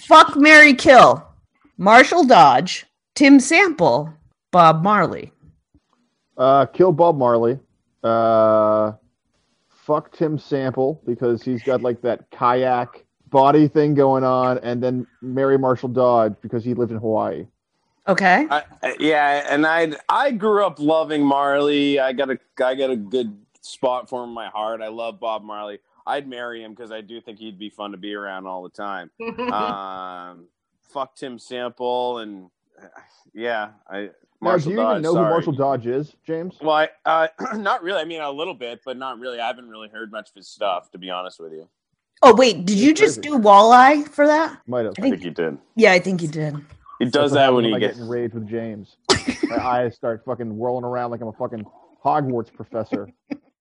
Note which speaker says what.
Speaker 1: Fuck Mary Kill. Marshall Dodge, Tim Sample, Bob Marley.
Speaker 2: Uh, kill Bob Marley. Uh, fuck Tim Sample because he's got like that kayak body thing going on, and then marry Marshall Dodge because he lived in Hawaii.
Speaker 1: Okay.
Speaker 3: I, I- yeah, and I I grew up loving Marley. I got a I got a good spot for him in my heart. I love Bob Marley. I'd marry him because I do think he'd be fun to be around all the time. Um, fuck Tim Sample and yeah, I
Speaker 2: Now, do
Speaker 3: Marshall
Speaker 2: you
Speaker 3: Dodge.
Speaker 2: even know
Speaker 3: sorry.
Speaker 2: who Marshall Dodge is, James?
Speaker 3: Well, I, uh, not really. I mean, a little bit, but not really. I haven't really heard much of his stuff, to be honest with you.
Speaker 1: Oh wait, did you just do walleye for that?
Speaker 2: Might have.
Speaker 1: I
Speaker 3: I
Speaker 1: think-
Speaker 3: think, he did.
Speaker 1: Yeah, I think you did.
Speaker 3: He
Speaker 2: That's what
Speaker 3: does that
Speaker 2: happens
Speaker 3: when he
Speaker 2: I
Speaker 3: gets.
Speaker 2: get enraged with James. my eyes start fucking whirling around like I'm a fucking Hogwarts professor.